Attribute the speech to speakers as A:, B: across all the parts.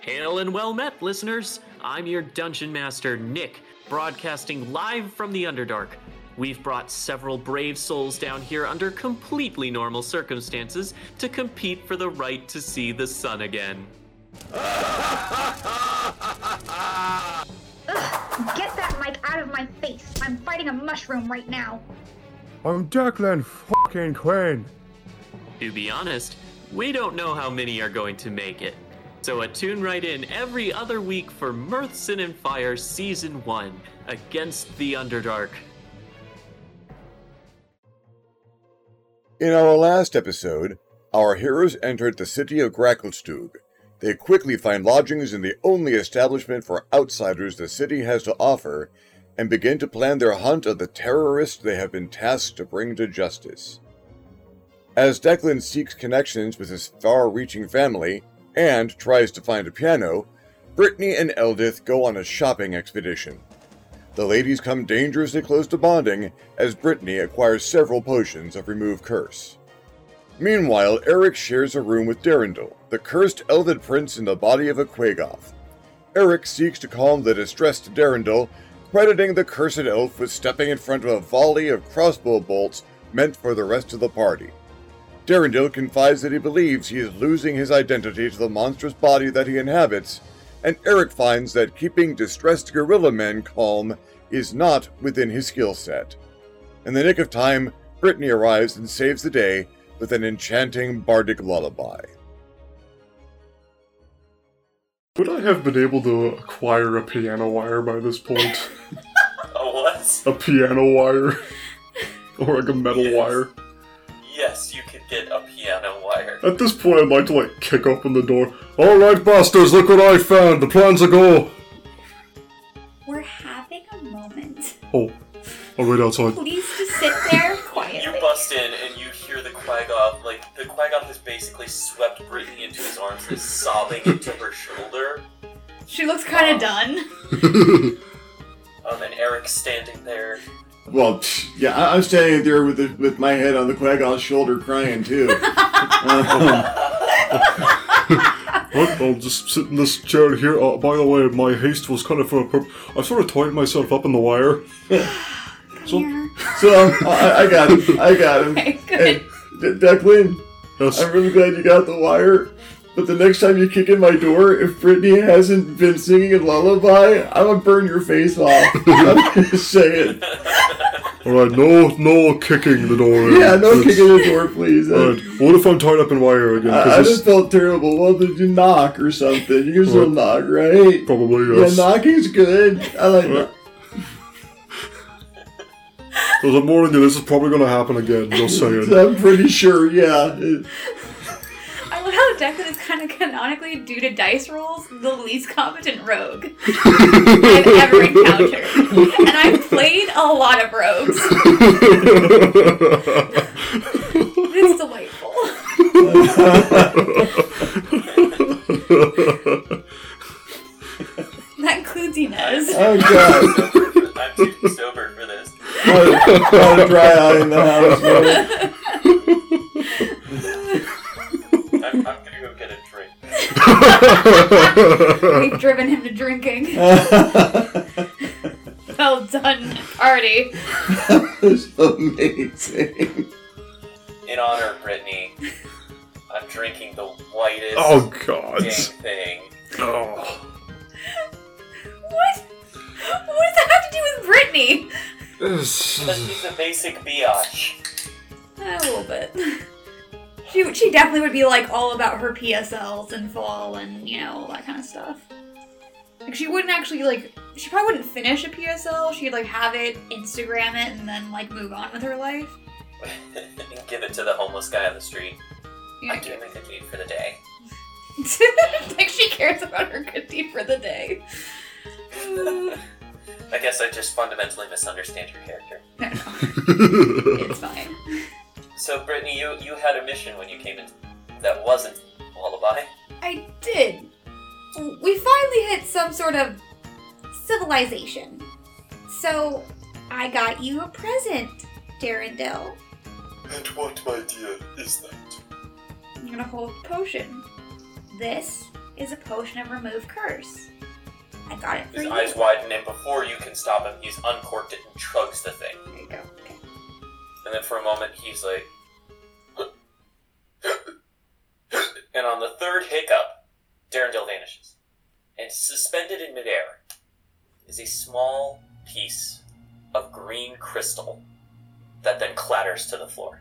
A: Hail and well met, listeners! I'm your dungeon master, Nick, broadcasting live from the Underdark. We've brought several brave souls down here under completely normal circumstances to compete for the right to see the sun again.
B: Get that mic out of my face. I'm fighting a mushroom right now.
C: I'm Declan fucking Quinn.
A: To be honest, we don't know how many are going to make it. So attune right in every other week for Mirth, Sin, and Fire Season 1 Against the Underdark.
D: In our last episode, our heroes entered the city of Grackelstug. They quickly find lodgings in the only establishment for outsiders the city has to offer and begin to plan their hunt of the terrorists they have been tasked to bring to justice. As Declan seeks connections with his far reaching family and tries to find a piano, Brittany and Eldith go on a shopping expedition. The ladies come dangerously close to bonding as Brittany acquires several potions of Remove Curse. Meanwhile, Eric shares a room with Derendil, the cursed elven prince in the body of a Quagoth. Eric seeks to calm the distressed Derendil, crediting the cursed elf with stepping in front of a volley of crossbow bolts meant for the rest of the party. Derendil confides that he believes he is losing his identity to the monstrous body that he inhabits, and Eric finds that keeping distressed gorilla men calm is not within his skill set. In the nick of time, Brittany arrives and saves the day with an enchanting bardic lullaby.
E: Would I have been able to acquire a piano wire by this point?
F: A what?
E: a piano wire? or like a metal
F: Yes.
E: wire?
F: Yes, you could get a piano wire.
E: At this point, I'd like to like kick open the door. Alright, bastards, look what I found! The plans are go!
G: We're having a moment.
E: Oh, I'll wait outside.
G: Please just sit there
F: You
G: quietly.
F: bust in and you hear the Quagoth, like, the Quagoth has basically swept Brittany into his arms and is sobbing into her shoulder.
G: She looks kind of done.
F: Um, and Eric's standing there.
D: Well, psh, yeah, I- I'm standing there with the, with my head on the Quagon's shoulder, crying too. Um,
E: Right, I'll just sit in this chair here. Uh, by the way, my haste was kind of for a purpose. I sort of tied myself up in the wire. so,
D: so I, I got him. I got him.
G: Okay, good.
D: Hey, De- Declan,
E: yes.
D: I'm really glad you got the wire. But the next time you kick in my door, if Brittany hasn't been singing a lullaby, I'm gonna burn your face off. I'm just saying.
E: Alright, no no kicking the door in.
D: Yeah, no
E: That's-
D: kicking the door, please.
E: Alright,
D: I,
E: what if I'm tied up in wire again?
D: I, I
E: Because
D: just felt terrible. Well, did you knock or something? You can still
E: Right.
D: knock, right?
E: probably, uh,
D: Yeah,
E: yes.
D: knocking's good. I like that.
E: There's a warning that this is probably going to happen again. Just saying.
D: I'm pretty sure, yeah.
G: I love how Declan is kind of canonically, due to dice rolls, the least competent rogue I've ever encountered. And I've played a lot of rogues. It's delightful. That includes Inez.
D: Oh, God.
F: Sober for- I'm too sober for this.
D: What a- what a dry eye in the house, man.
F: I'm, I'm gonna go get a drink.
G: We've driven him to drinking. well done, party.
D: It's amazing.
F: In honor of Brittany, I'm drinking the whitest
E: oh, God.
F: dang thing.
E: Oh.
G: What? What does that have to do with Brittany?
F: But she's a basic biatch.
G: A little bit. She, she definitely would be like all about her PSLs and fall and you know all that kind of stuff. Like she wouldn't actually like she probably wouldn't finish a PSL. She'd like have it, Instagram it, and then like move on with her life.
F: and give it to the homeless guy on the street.
G: You
F: I
G: know,
F: do everything I need for the day.
G: like she cares about her good deed for the day.
F: I guess I just fundamentally misunderstand your character.
G: No, no, it's fine.
F: So, Brittany, you, you had a mission when you came in that wasn't lullaby.
G: I did. We finally hit some sort of civilization. So I got you a present, Darendil.
F: And what, my dear, is that?
G: I'm gonna hold a potion. This
H: is a potion of remove curse. I got it for
F: His
H: you.
F: eyes widen, and before you can stop him, he's uncorked it and chugs the thing.
H: There you go. Okay.
F: And then for a moment, he's like. and on the third hiccup, Darendelle vanishes. And suspended in midair is a small piece of green crystal that then clatters to the floor.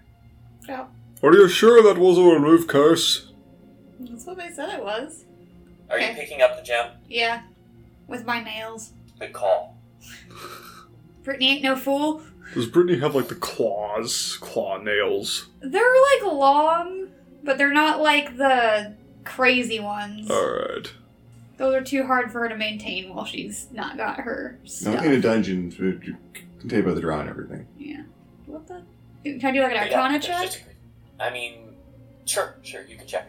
H: Oh,
E: Are you sure that was a remove curse?
H: that's what they said it was.
F: Are you
H: Okay.
F: picking up the gem?
H: Yeah, with my nails.
F: Good call.
H: Brittany ain't no fool.
E: Does Brittany have like the claws, claw nails?
H: They're like long, but they're not like the crazy ones.
E: Alright.
H: Those are too hard for her to maintain while she's not got her
I: No,
H: stuff.
I: in a dungeon, to- to- contained by the draw and everything.
H: yeah. What the? Can I do like an
F: But yeah,
H: arcana
F: there's
H: check?
F: just a- I mean, sure, sure, you can check.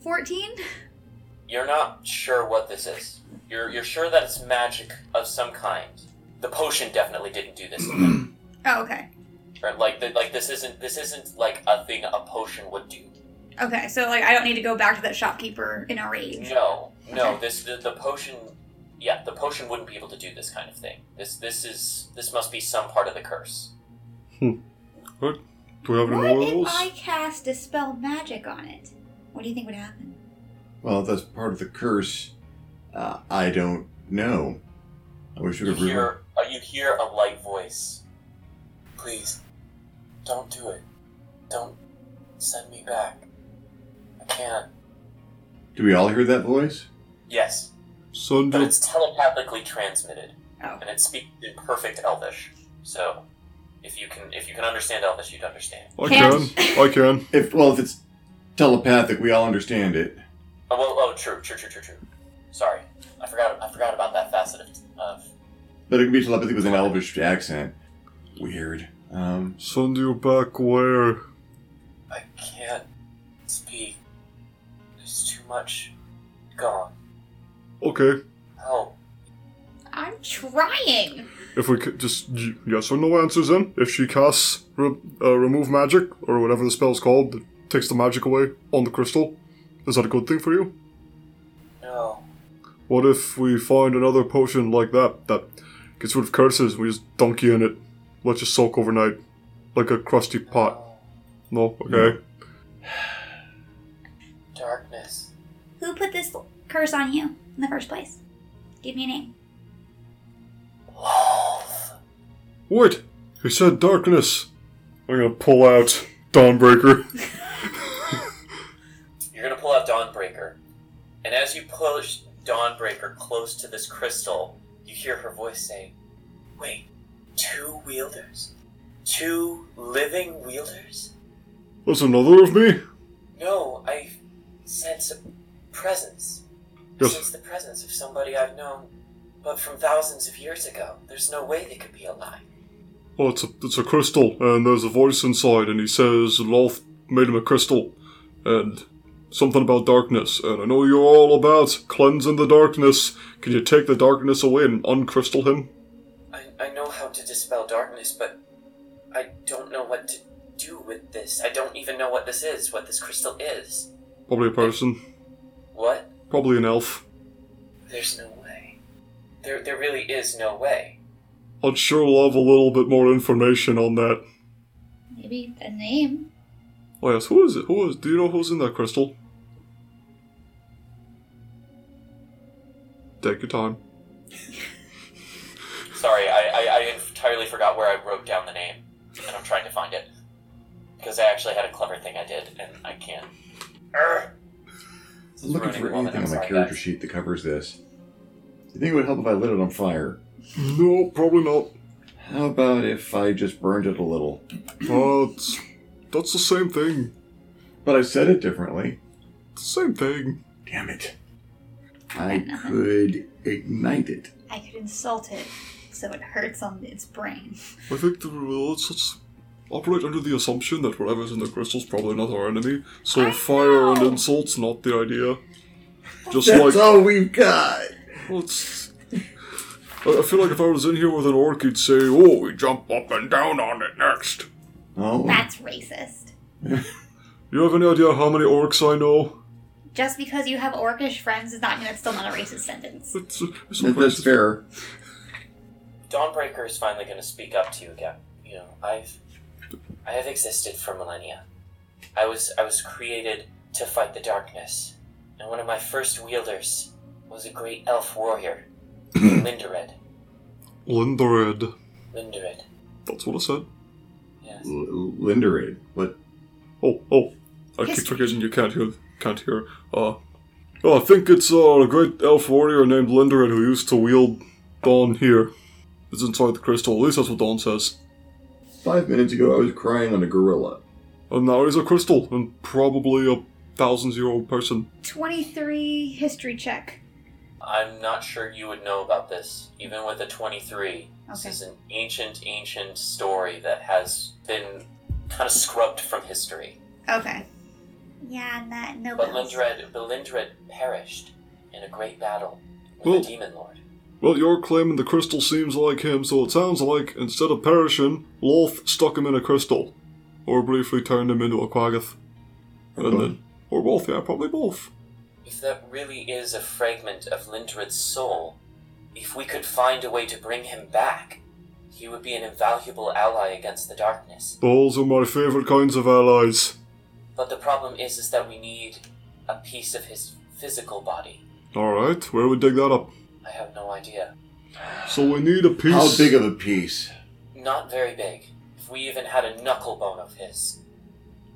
H: 14?
F: You're not sure what this is. You're, you're sure that it's magic of some kind. The potion definitely didn't do this to them.
H: Oh, okay.
F: Right, like, th- like this isn't this isn't like a thing a potion would do.
H: Okay, so like I don't need to go back to that shopkeeper in a rage.
F: No, no, this the, the potion. Yeah, the potion wouldn't be able to do this kind of thing. This this is this must be some part of the curse.
E: What? Do we have any more
H: What
E: of
H: if
E: those?
H: I cast dispel magic on it? What do you think would happen?
I: Well, if that's part of the curse. Uh, I don't know. I wish we
F: You
I: could prove it.
F: hear uh, you hear a light voice. Please, don't do it. Don't send me back. I can't.
I: Do we all hear that voice?
F: Yes,
E: Send
F: but
E: your
F: it's telepathically transmitted,
H: Oh.
F: and it speaks in perfect Elvish. So, if you can if you can understand Elvish, you'd understand.
E: I can.
H: Can't.
E: I can.
I: If well, if it's telepathic, we all understand it.
F: Oh, well, oh, true, true, true, true, true. Sorry, I forgot. I forgot about that facet of. of
I: But it could be telepathy with an Elvish accent. Weird. Um,
E: Send you back where?
F: I can't speak. There's too much gone.
E: Okay.
F: Help.
H: I'm trying.
E: If we could just y- yes or no answers in. If she casts re- uh, remove magic or whatever the spell's called that takes the magic away on the crystal, is that a good thing for you?
F: No.
E: What if we find another potion like that that gets rid of curses? We just dunk you in it, let you soak overnight, like a crusty pot. No, okay.
F: Darkness.
H: Who put this curse on you in the first place? Give me a name.
F: Loth.
E: Wait, he said darkness. I'm gonna pull out Dawnbreaker.
F: You're gonna pull out Dawnbreaker, and as you push Dawnbreaker close to this crystal, you hear her voice say, "Wait, two wielders, two living wielders."
E: There's another of me.
F: No, I sense a presence. I
E: Yes.
F: sense the presence of somebody I've known, but from thousands of years ago. There's no way they could be alive.
E: Oh, it's a, it's a crystal, and there's a voice inside, and he says Loth made him a crystal, and something about darkness, and I know you're all about cleansing the darkness. Can you take the darkness away and uncrystal him?
F: I, I know how to dispel darkness, but I don't know what to do with this. I don't even know what this is, what this crystal is.
E: Probably a person.
F: What?
E: Probably an elf.
F: There's no way. There, there really is no way.
E: I'd sure love a little bit more information on that.
H: Maybe a name.
E: Oh yes, who is it? Who is? Do you know who's in that crystal? Take your time.
F: Sorry, I, I, I entirely forgot where I wrote down the name, and I'm trying to find it. Because I actually had a clever thing I did, and I can't. Urgh.
I: I'm looking
F: Running
I: for
F: woman,
I: anything on
F: I'm
I: my
F: sorry,
I: character
F: guys.
I: sheet that covers this. Do you think it would help if I lit it on fire?
E: No, probably not.
I: How about if I just burned it a little?
E: Uh, it's- that's the same thing.
I: But I said it differently.
E: Same thing.
I: Damn it. I could ignite it.
H: I could insult it so it hurts on its brain.
E: I think that we let's, let's operate under the assumption that whatever's in the crystal's probably not our enemy. So
H: I
E: fire and
H: know.
E: insults not the idea. Just
I: That's
E: like
I: all we've got.
E: let's. I I feel like if I was in here with an orc, he'd say, "Oh, we jump up and down on it next."
I: Oh,
H: That's racist.
E: You have any idea how many orcs I know?
H: Just because you have orcish friends does not mean that's still not a racist sentence.
E: That's, uh, that's
I: That- that's fair.
F: Dawnbreaker is finally going to speak up to you again. You know, I've I have existed for millennia. I was I was created to fight the darkness, and one of my first wielders was a great elf warrior, Lindared.
E: Lindared.
F: Lindared.
E: That's what I said.
F: Yes.
I: L- Linderade. What?
E: Oh, oh. I
H: Yes.
E: keep forgetting you can't hear. Can't hear. Uh, oh, I think it's uh, a great elf warrior named Lindared who used to wield Dawn here. It's inside the crystal. At least that's what Dawn says.
I: Five minutes ago, I was crying on a gorilla.
E: And now he's a crystal and probably a thousands year old person.
H: 23 history check.
F: I'm not sure you would know about this, even with a 23. This
H: Okay.
F: is an ancient, ancient story that has been kind of scrubbed from history.
H: Okay. Yeah, not, no
F: But
H: bells.
F: Lindred, but Lindred perished in a great battle with
E: Well-
F: the demon lord.
E: Well, you're claiming the crystal seems like him, so it sounds like instead of perishing, Lolth stuck him in a crystal. Or briefly turned him into a quaggoth.
I: Okay.
E: And then, or both, yeah, probably both.
F: If that really is a fragment of Lindred's soul, if we could find a way to bring him back, he would be an invaluable ally against the darkness.
E: Those are my favorite kinds of allies.
F: But the problem is, is that we need a piece of his physical body.
E: Alright, where would we dig that up?
F: I have no idea.
E: So we need a piece.
I: How big of a piece?
F: Not very big. If we even had a knuckle bone of his,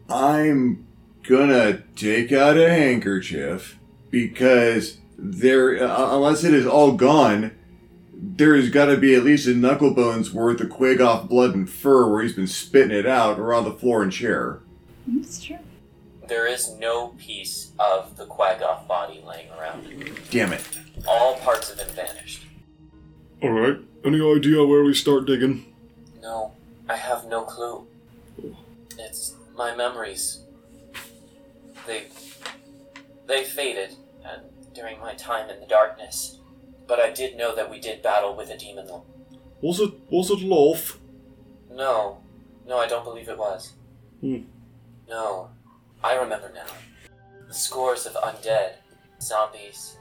I: I'm gonna take out a handkerchief because there, uh, unless it is all gone, there's got to be at least a knuckle bones worth of quig off blood and fur where he's been spitting it out around the floor and chair.
H: That's true.
F: There is no piece of the Quaggoth body laying around.
I: Damn it!
F: All parts of him vanished.
E: Alright, any idea where we start digging?
F: No, I have no clue. It's my memories. They. they faded and during my time in the darkness. But I did know that we did battle with a demon lord.
E: Was it was it Lolth?
F: No, no, I don't believe it was.
E: Hmm.
F: No, I remember now. The scores of undead, zombies,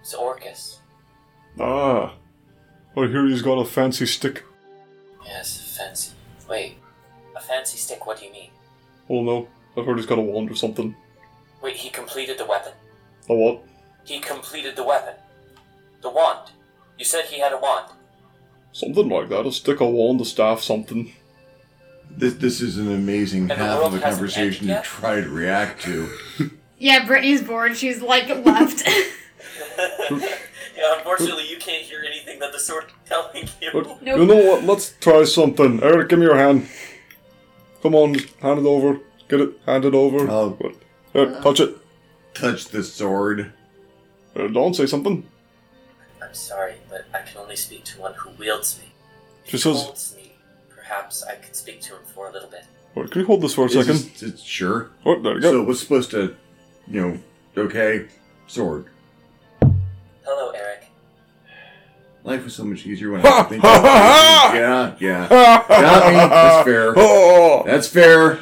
F: it's Orcus.
E: Ah. I hear he's got a fancy stick.
F: Yes, fancy. Wait, a fancy stick? What do you mean?
E: Oh no, I've heard he's got a wand or something.
F: Wait, he completed the weapon.
E: A what?
F: He completed the weapon. The wand. You said he had a wand.
E: Something like that. A stick, a wand, a staff, something.
I: This this is an amazing
F: And the
I: half
F: world
I: of a
F: hasn't
I: conversation
F: ended yet?
I: to try to react to.
H: Yeah, Brittany's bored. She's like left.
F: yeah, unfortunately, you can't hear anything that the sword is telling you.
E: But
H: Nope.
E: you know what? Let's try something. Eric, give me your hand. Come on, hand it over. Get it handed over.
I: Oh.
E: Eric, touch it.
I: Touch the sword.
E: Uh, Dawn, say something.
F: I'm sorry, but I can only speak to one who wields me.
E: She says-
F: holds me. Perhaps I could speak to him for a little bit.
E: Alright, can you hold this for a
I: Is
E: second?
I: this- it's- sure.
E: Oh, there you go.
I: So what's supposed to, you know? Okay, sword.
F: Hello, Eric.
I: Life was so much easier when I didn't think. yeah, yeah. Got me. That's fair.
E: Oh,
I: That's fair.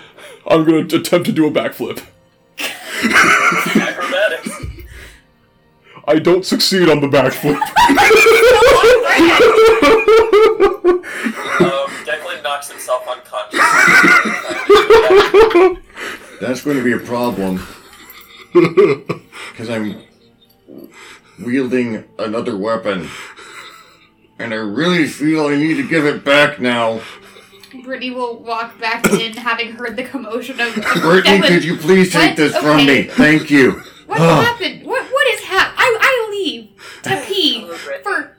E: I'm gonna attempt to do a backflip.
F: Acrobatics.
E: I don't succeed on the backflip.
F: um, Declan knocks himself unconscious.
I: That's going to be a problem because I'm wielding another weapon, and I really feel I need to give it back now.
H: Brittany will walk back in, having heard the commotion of.
I: Brittany,
H: Declan,
I: could you please take
H: what?
I: this from
H: Okay.
I: me? Thank you.
H: What happened? What what is hap? I I leave to pee for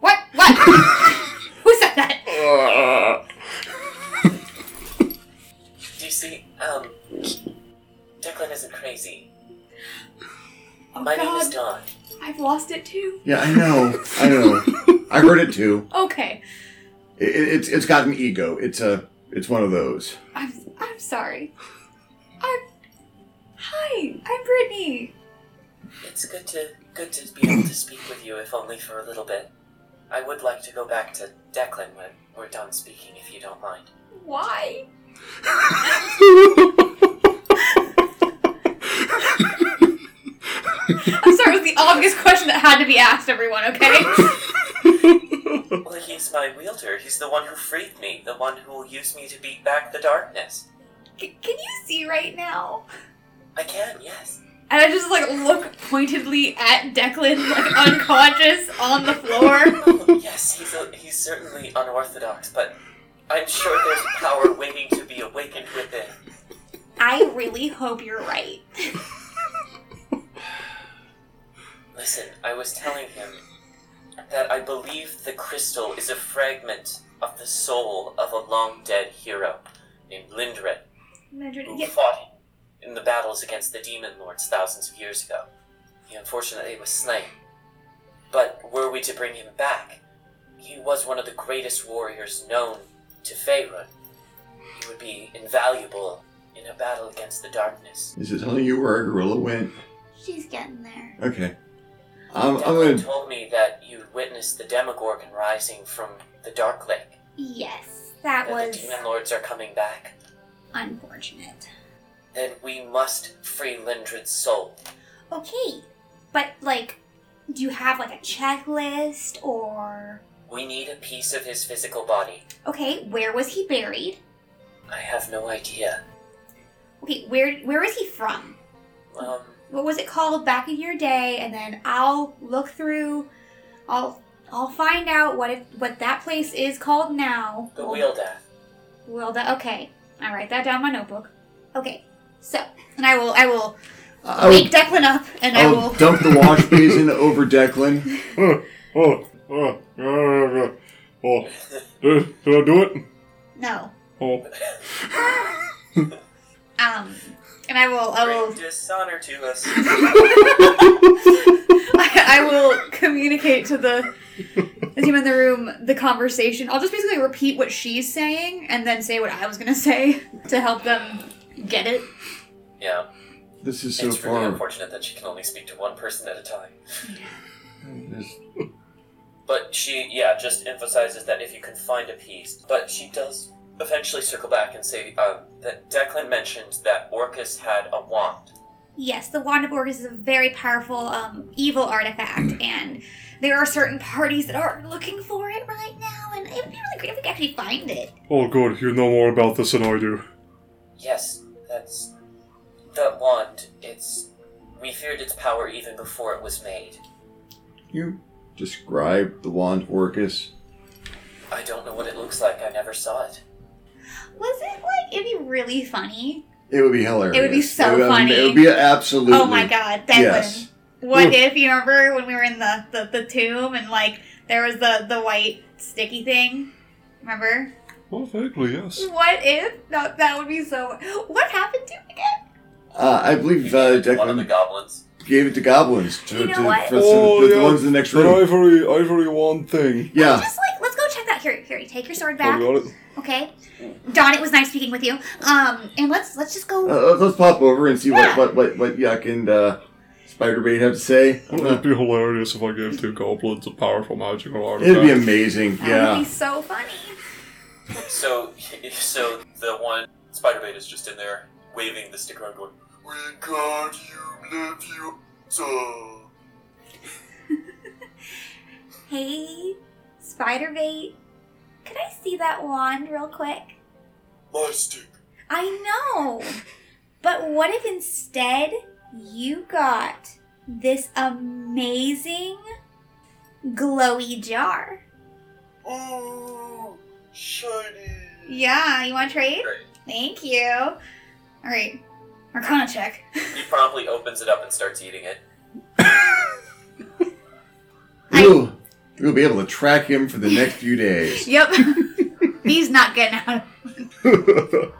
H: what what? Who said that?
F: Oh, Do you see? Um, Declan isn't crazy.
H: Oh
F: My name is
H: God,
F: Don.
H: I've lost it too.
I: Yeah, I know. I know. I heard it too.
H: Okay,
I: It, it- it's it's got an ego. It's a it's one of those.
H: I'm I'm sorry. I'm hi. I'm Brittany.
F: It's good to good to be able to speak with you, if only for a little bit. I would like to go back to Declan when we're done speaking, if you don't mind.
H: Why? I'm sorry, it was the obvious question that had to be asked everyone, okay?
F: Well, he's my wielder. He's the one who freed me, the one who will use me to beat back the darkness.
H: C- can you see right now?
F: I can, yes.
H: And I just like look pointedly at Declan, like unconscious on the floor.
F: Oh, yes, he's, a, he's certainly unorthodox, but I'm sure there's power waiting to be awakened within.
H: I really hope you're right.
F: Listen, I was telling him that I believe the crystal is a fragment of the soul of a long dead hero named Lindred, who
H: Yeah,
F: fought in the battles against the demon lords thousands of years ago. He unfortunately was slain. But were we to bring him back, he was one of the greatest warriors known to Faerun. He would be invaluable in a battle against the darkness.
I: Is it telling you where a gorilla went?
G: She's getting there.
I: Okay. I'm, I'm
F: Declan
I: gonna.
F: told me that you witnessed the Demogorgon rising from the Dark Lake.
G: Yes, that
F: That the
G: was
F: demon lords are coming back.
G: unfortunate.
F: Then we must free Lindred's soul.
G: Okay, but like, do you have like a checklist or?
F: We need a piece of his physical body.
G: Okay, where was he buried?
F: I have no idea.
G: Okay, where where was he from?
F: Um,
G: What was it called back in your day? And then I'll look through. I'll I'll find out what it, what that place is called now.
F: the wheel death.
G: Wilda. Okay, I write that down in my notebook. Okay, so and I will I will
I: I will,
G: wake Declan up and I
I: I
G: will.
I: will dump the wash basin over Declan.
E: oh, oh, oh, oh, oh. Did, did I do it?
G: No.
E: Oh.
G: Um, and I will I will
F: Bring dishonor to us.
H: I, I will communicate to the, the team in the room the conversation. I'll just basically repeat what she's saying and then say what I was gonna say to help them get it.
F: yeah,
I: This is so
F: it's really
I: far.
F: unfortunate that she can only speak to one person at a time.
I: This-
F: But she, yeah, just emphasizes that if you can find a piece. But she does eventually circle back and say um, that Declan mentioned that Orcus had a wand.
G: Yes, the Wand of Orcus is a very powerful um, evil artifact, and there are certain parties that are looking for it right now, and it would be really great if we could actually find it.
E: Oh, good. You know more about this than I do.
F: Yes, that's that wand. It's we feared its power even before it was made.
I: You describe the wand Orcus.
F: I don't know what it looks like. I never saw it.
G: Was it like, it'd be really funny?
I: It would be hilarious.
H: It would be so
I: would- I mean, It
H: funny.
I: would be absolutely.
H: Oh my god, Declan.
I: Yes.
H: What if you remember when we were in the, the, the tomb and like there was the, the white sticky thing? Remember?
E: Well, vaguely, yes.
H: What if? No, that would be so. What happened to it again?
I: Uh, I believe uh,
F: One of the Oh,
I: Declan
F: goblins.
I: gave it to goblins to,
G: You know
I: to,
G: what?
I: for the,
E: Oh,
I: the ones in the next
E: that
I: room.
E: ivory, ivory wand thing.
I: Yeah.
G: Just like, let's go check that. Here, here, take your sword
E: I
G: back.
E: got it.
G: Okay, Don, it was nice speaking with you. Um, and let's let's just go.
I: Uh, let's pop over and see
G: Yeah.
I: what, what, what, what Yuck and uh, Spiderbait have to say. Uh,
E: It would be hilarious if I gave two goblins a powerful magical artifact.
I: It'd be amazing.
H: That would
I: Yeah.
H: be so funny.
F: So, so the one Spider Bait is just in there waving the stick around, going, "We got you, love you." So,
G: Hey, Spider Bait, could I see that wand real quick?
F: my stick.
G: I know. But what if instead you got this amazing glowy jar?
F: Ooh, Oh, shiny.
H: Yeah, you want to trade?
F: Great.
H: Thank you. All right, Arcana check.
F: He promptly opens it up and starts eating it.
I: We'll, we'll be able to track him for the next few days.
H: Yep. He's not getting out. Ooh,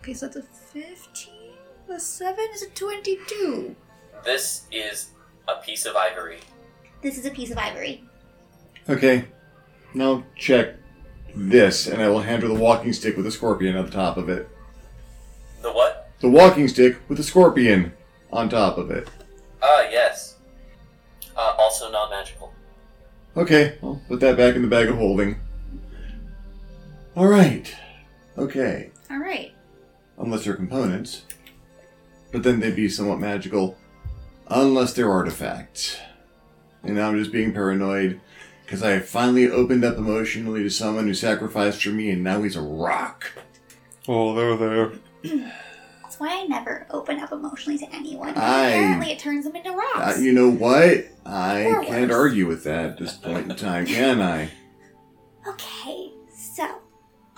H: okay, so that's a fifteen. The seven is a twenty-two.
F: This is a piece of ivory.
G: This is a piece of ivory.
I: Okay. Now check this, and I will hand her the walking stick with a scorpion on the top of it.
F: The what?
I: The walking stick with a scorpion on top of it.
F: Ah, yes. Uh, also non-magical.
I: Okay, I'll put that back in the bag of holding. All right. Okay.
H: All right.
I: Unless they're components. But then they'd be somewhat magical. unless they're artifacts. And now I'm just being paranoid because I finally opened up emotionally to someone who sacrificed for me, and now he's a rock.
E: Oh, there, there.
G: That's why I never open up emotionally to anyone.
I: I-
G: Apparently, it turns them into rocks.
I: Uh, you know what? I
G: Or
I: can't
G: worse.
I: argue with that at this point in time, can I?
G: Okay, so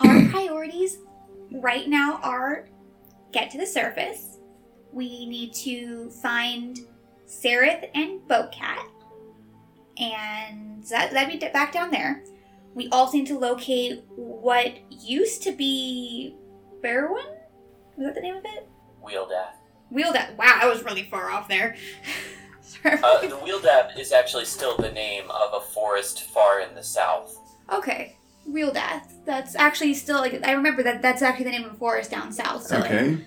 G: our priorities right now are get to the surface. We need to find Sereth and Boatcat, and uh, that, that'd be back down there. We also need to locate what used to be Berwin. Was that the name of it?
F: Wheel Dab.
G: Wheel that. Wow, I was really far off there. Sorry.
F: Uh, the Wheel Dab is actually still the name of a forest far in the south.
G: Okay. Real death. That's actually still like I remember that that's actually the name of a forest down south. So like,
I: Okay.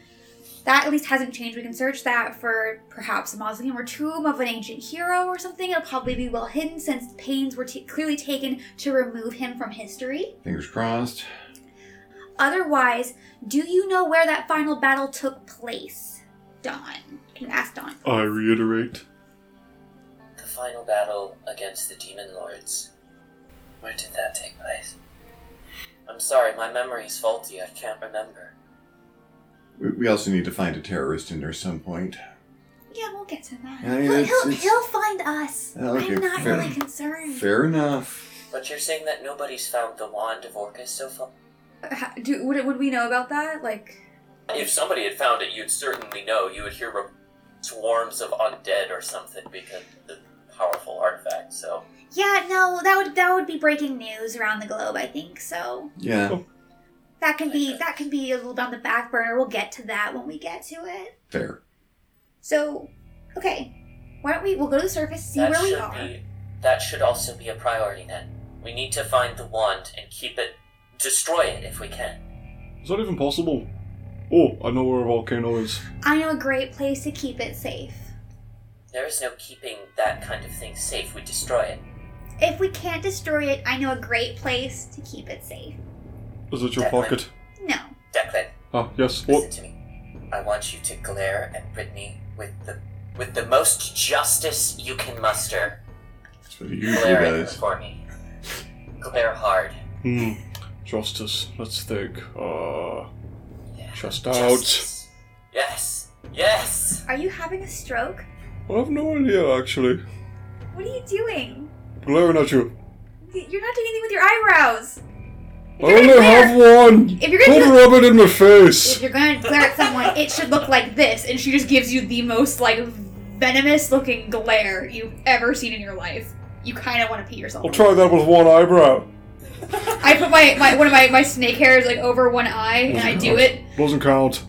G: that at least hasn't changed. We can search that for perhaps a mausoleum or tomb of an ancient hero or something. It'll probably be well hidden since pains were t- clearly taken to remove him from history.
I: Fingers crossed.
G: Otherwise, do you know where that final battle took place? Dawn. Can you ask Dawn?
E: I reiterate.
F: The final battle against the Demon Lords. Where did that take place? I'm sorry, my memory's faulty. I can't remember.
I: We, we also need to find a terrorist in there some point.
G: Yeah, we'll get to that.
I: Yeah, yeah,
G: he'll,
I: it's-
G: he'll,
I: it's-
G: he'll find us.
I: Oh, okay,
G: I'm not
I: fair.
G: really concerned.
I: Fair enough.
F: But you're saying that nobody's found the Wand of Orcus so far?
H: Uh, ha- Do would it, would we know about that? Like,
F: If somebody had found it, you'd certainly know. You would hear re- swarms of undead or something because the powerful artifact. So
G: Yeah, no, that would that would be breaking news around the globe, I think. So
I: Yeah,
G: that can be that can be a little on the back burner. We'll get to that when we get to it.
I: fair.
G: So, okay, why don't we? We'll go to the surface, see
F: that
G: where we
F: should
G: are.
F: be that should also be a priority then. We need to find the wand and keep it, destroy it if we can.
E: Is that even possible? Oh, I know where a volcano is.
G: I know a great place to keep it safe.
F: There is no keeping that kind of thing safe. We destroy it.
G: If we can't destroy it, I know a great place to keep it safe.
E: Is it your
F: Definitely.
E: pocket?
G: No,
F: Declan,
E: Ah, yes.
F: listen
E: What?
F: to me. I want you to glare at Brittany with the with the most justice you can muster.
I: That's what he usually
F: Glare at her
I: does.
F: for me. Glare hard.
E: Hmm. Justice. Let's think. Uh.
F: Yeah.
E: Chest
F: Justice. Yes. Yes.
G: are you having a stroke?
E: out. I have no idea, actually.
G: What are you doing?
E: Glaring at you.
G: You're not doing anything with your eyebrows.
E: I only have one.
G: If you're gonna
E: Don't
G: do-
E: rub it in my face.
G: If you're gonna glare at someone, it should look like this, and she just gives you the most like venomous looking glare you've ever seen in your life. You kind of want to pee yourself.
E: I'll try that with one eyebrow.
G: I put my, my one of my, my snake hairs like over one eye, and I do it.
E: Doesn't count.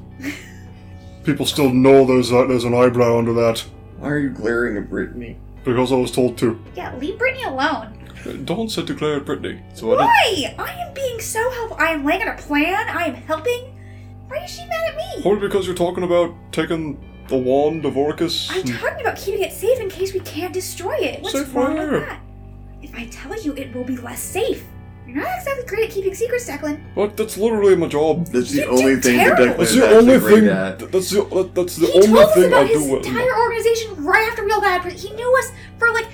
E: People still know there's uh, there's an eyebrow under that
I: Why are you glaring at Brittany?
E: because I was told to.
G: Yeah, leave Brittany alone.
E: Uh, Dawn said to glare at Brittany, so I did.
G: Why? I am being so helpful. I am laying out a plan. I am helping. Why is she mad at me?
E: Only because you're talking about taking the wand of Orcus.
G: I'm talking about keeping it safe in case we can't destroy it. What's
E: Safe
G: wrong
E: where?
G: with that? If I tell you, it will be less safe. You're not exactly great at keeping secrets, Declan.
E: But that's literally my job.
I: That's the
G: You
I: only
G: did
I: thing that
G: terrible.
I: Declan
E: That's
I: is
E: the
I: actually
E: only
I: great
E: thing.
I: at.
E: th- That's the that, that's the
G: he
E: only
G: told us
E: thing
G: about
E: I
G: his
E: do. well.
G: entire organization right after Real Bad. He knew us for like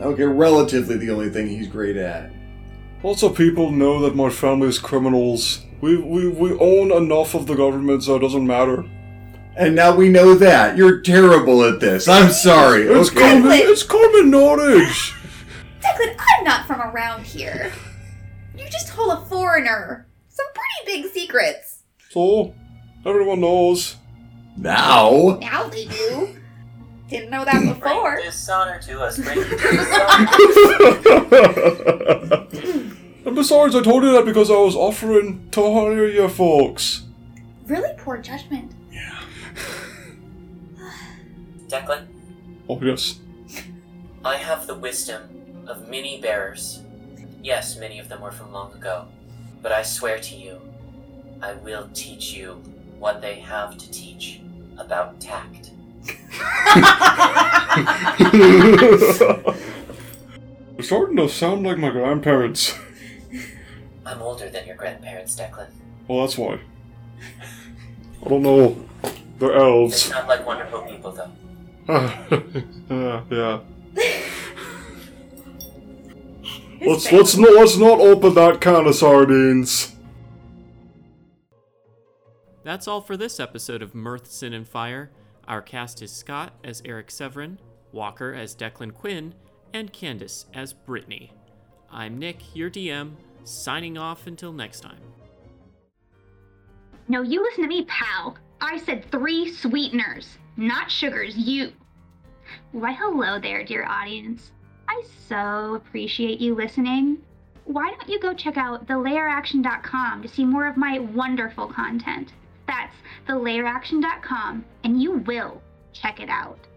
I: Okay, relatively the only thing he's great at.
E: Lots of people know that my family is criminals. We, we we own enough of the government, so it doesn't matter.
I: And now we know that. You're terrible at this. I'm sorry.
E: It's
I: Okay.
E: common. It's common knowledge.
G: Declan. I'm not from around here. You just told a foreigner some pretty big secrets.
E: So everyone knows.
I: Now.
G: Now they do. Didn't know that
F: Bring
G: before.
F: dishonor to us. Bring dishonor.
E: And besides, I told you that because I was offering to hire you folks.
G: Really poor judgment.
F: Declan,
E: Oh yes.
F: I have the wisdom of many bearers. Yes, many of them were from long ago, but I swear to you, I will teach you what they have to teach about tact.
E: I'm starting to sound like my grandparents.
F: I'm older than your grandparents, Declan.
E: Well, that's why. I don't know. They're
F: They
E: elves.
F: sound like wonderful people, though.
E: yeah. yeah.
H: His
E: Let's
H: face.
E: let's not let's not open that can of sardines.
A: That's all for this episode of Mirth, Sin, and Fire. Our cast is Scott as Eric Severin, Walker as Declan Quinn, and Candace as Brittany. I'm Nick, your DM, signing off until next time.
B: No, you listen to me, pal. I said three sweeteners, not sugars, you. Why, hello there, dear audience. I so appreciate you listening. Why don't you go check out thelayeraction.com to see more of my wonderful content? That's thelayeraction.com, and you will check it out.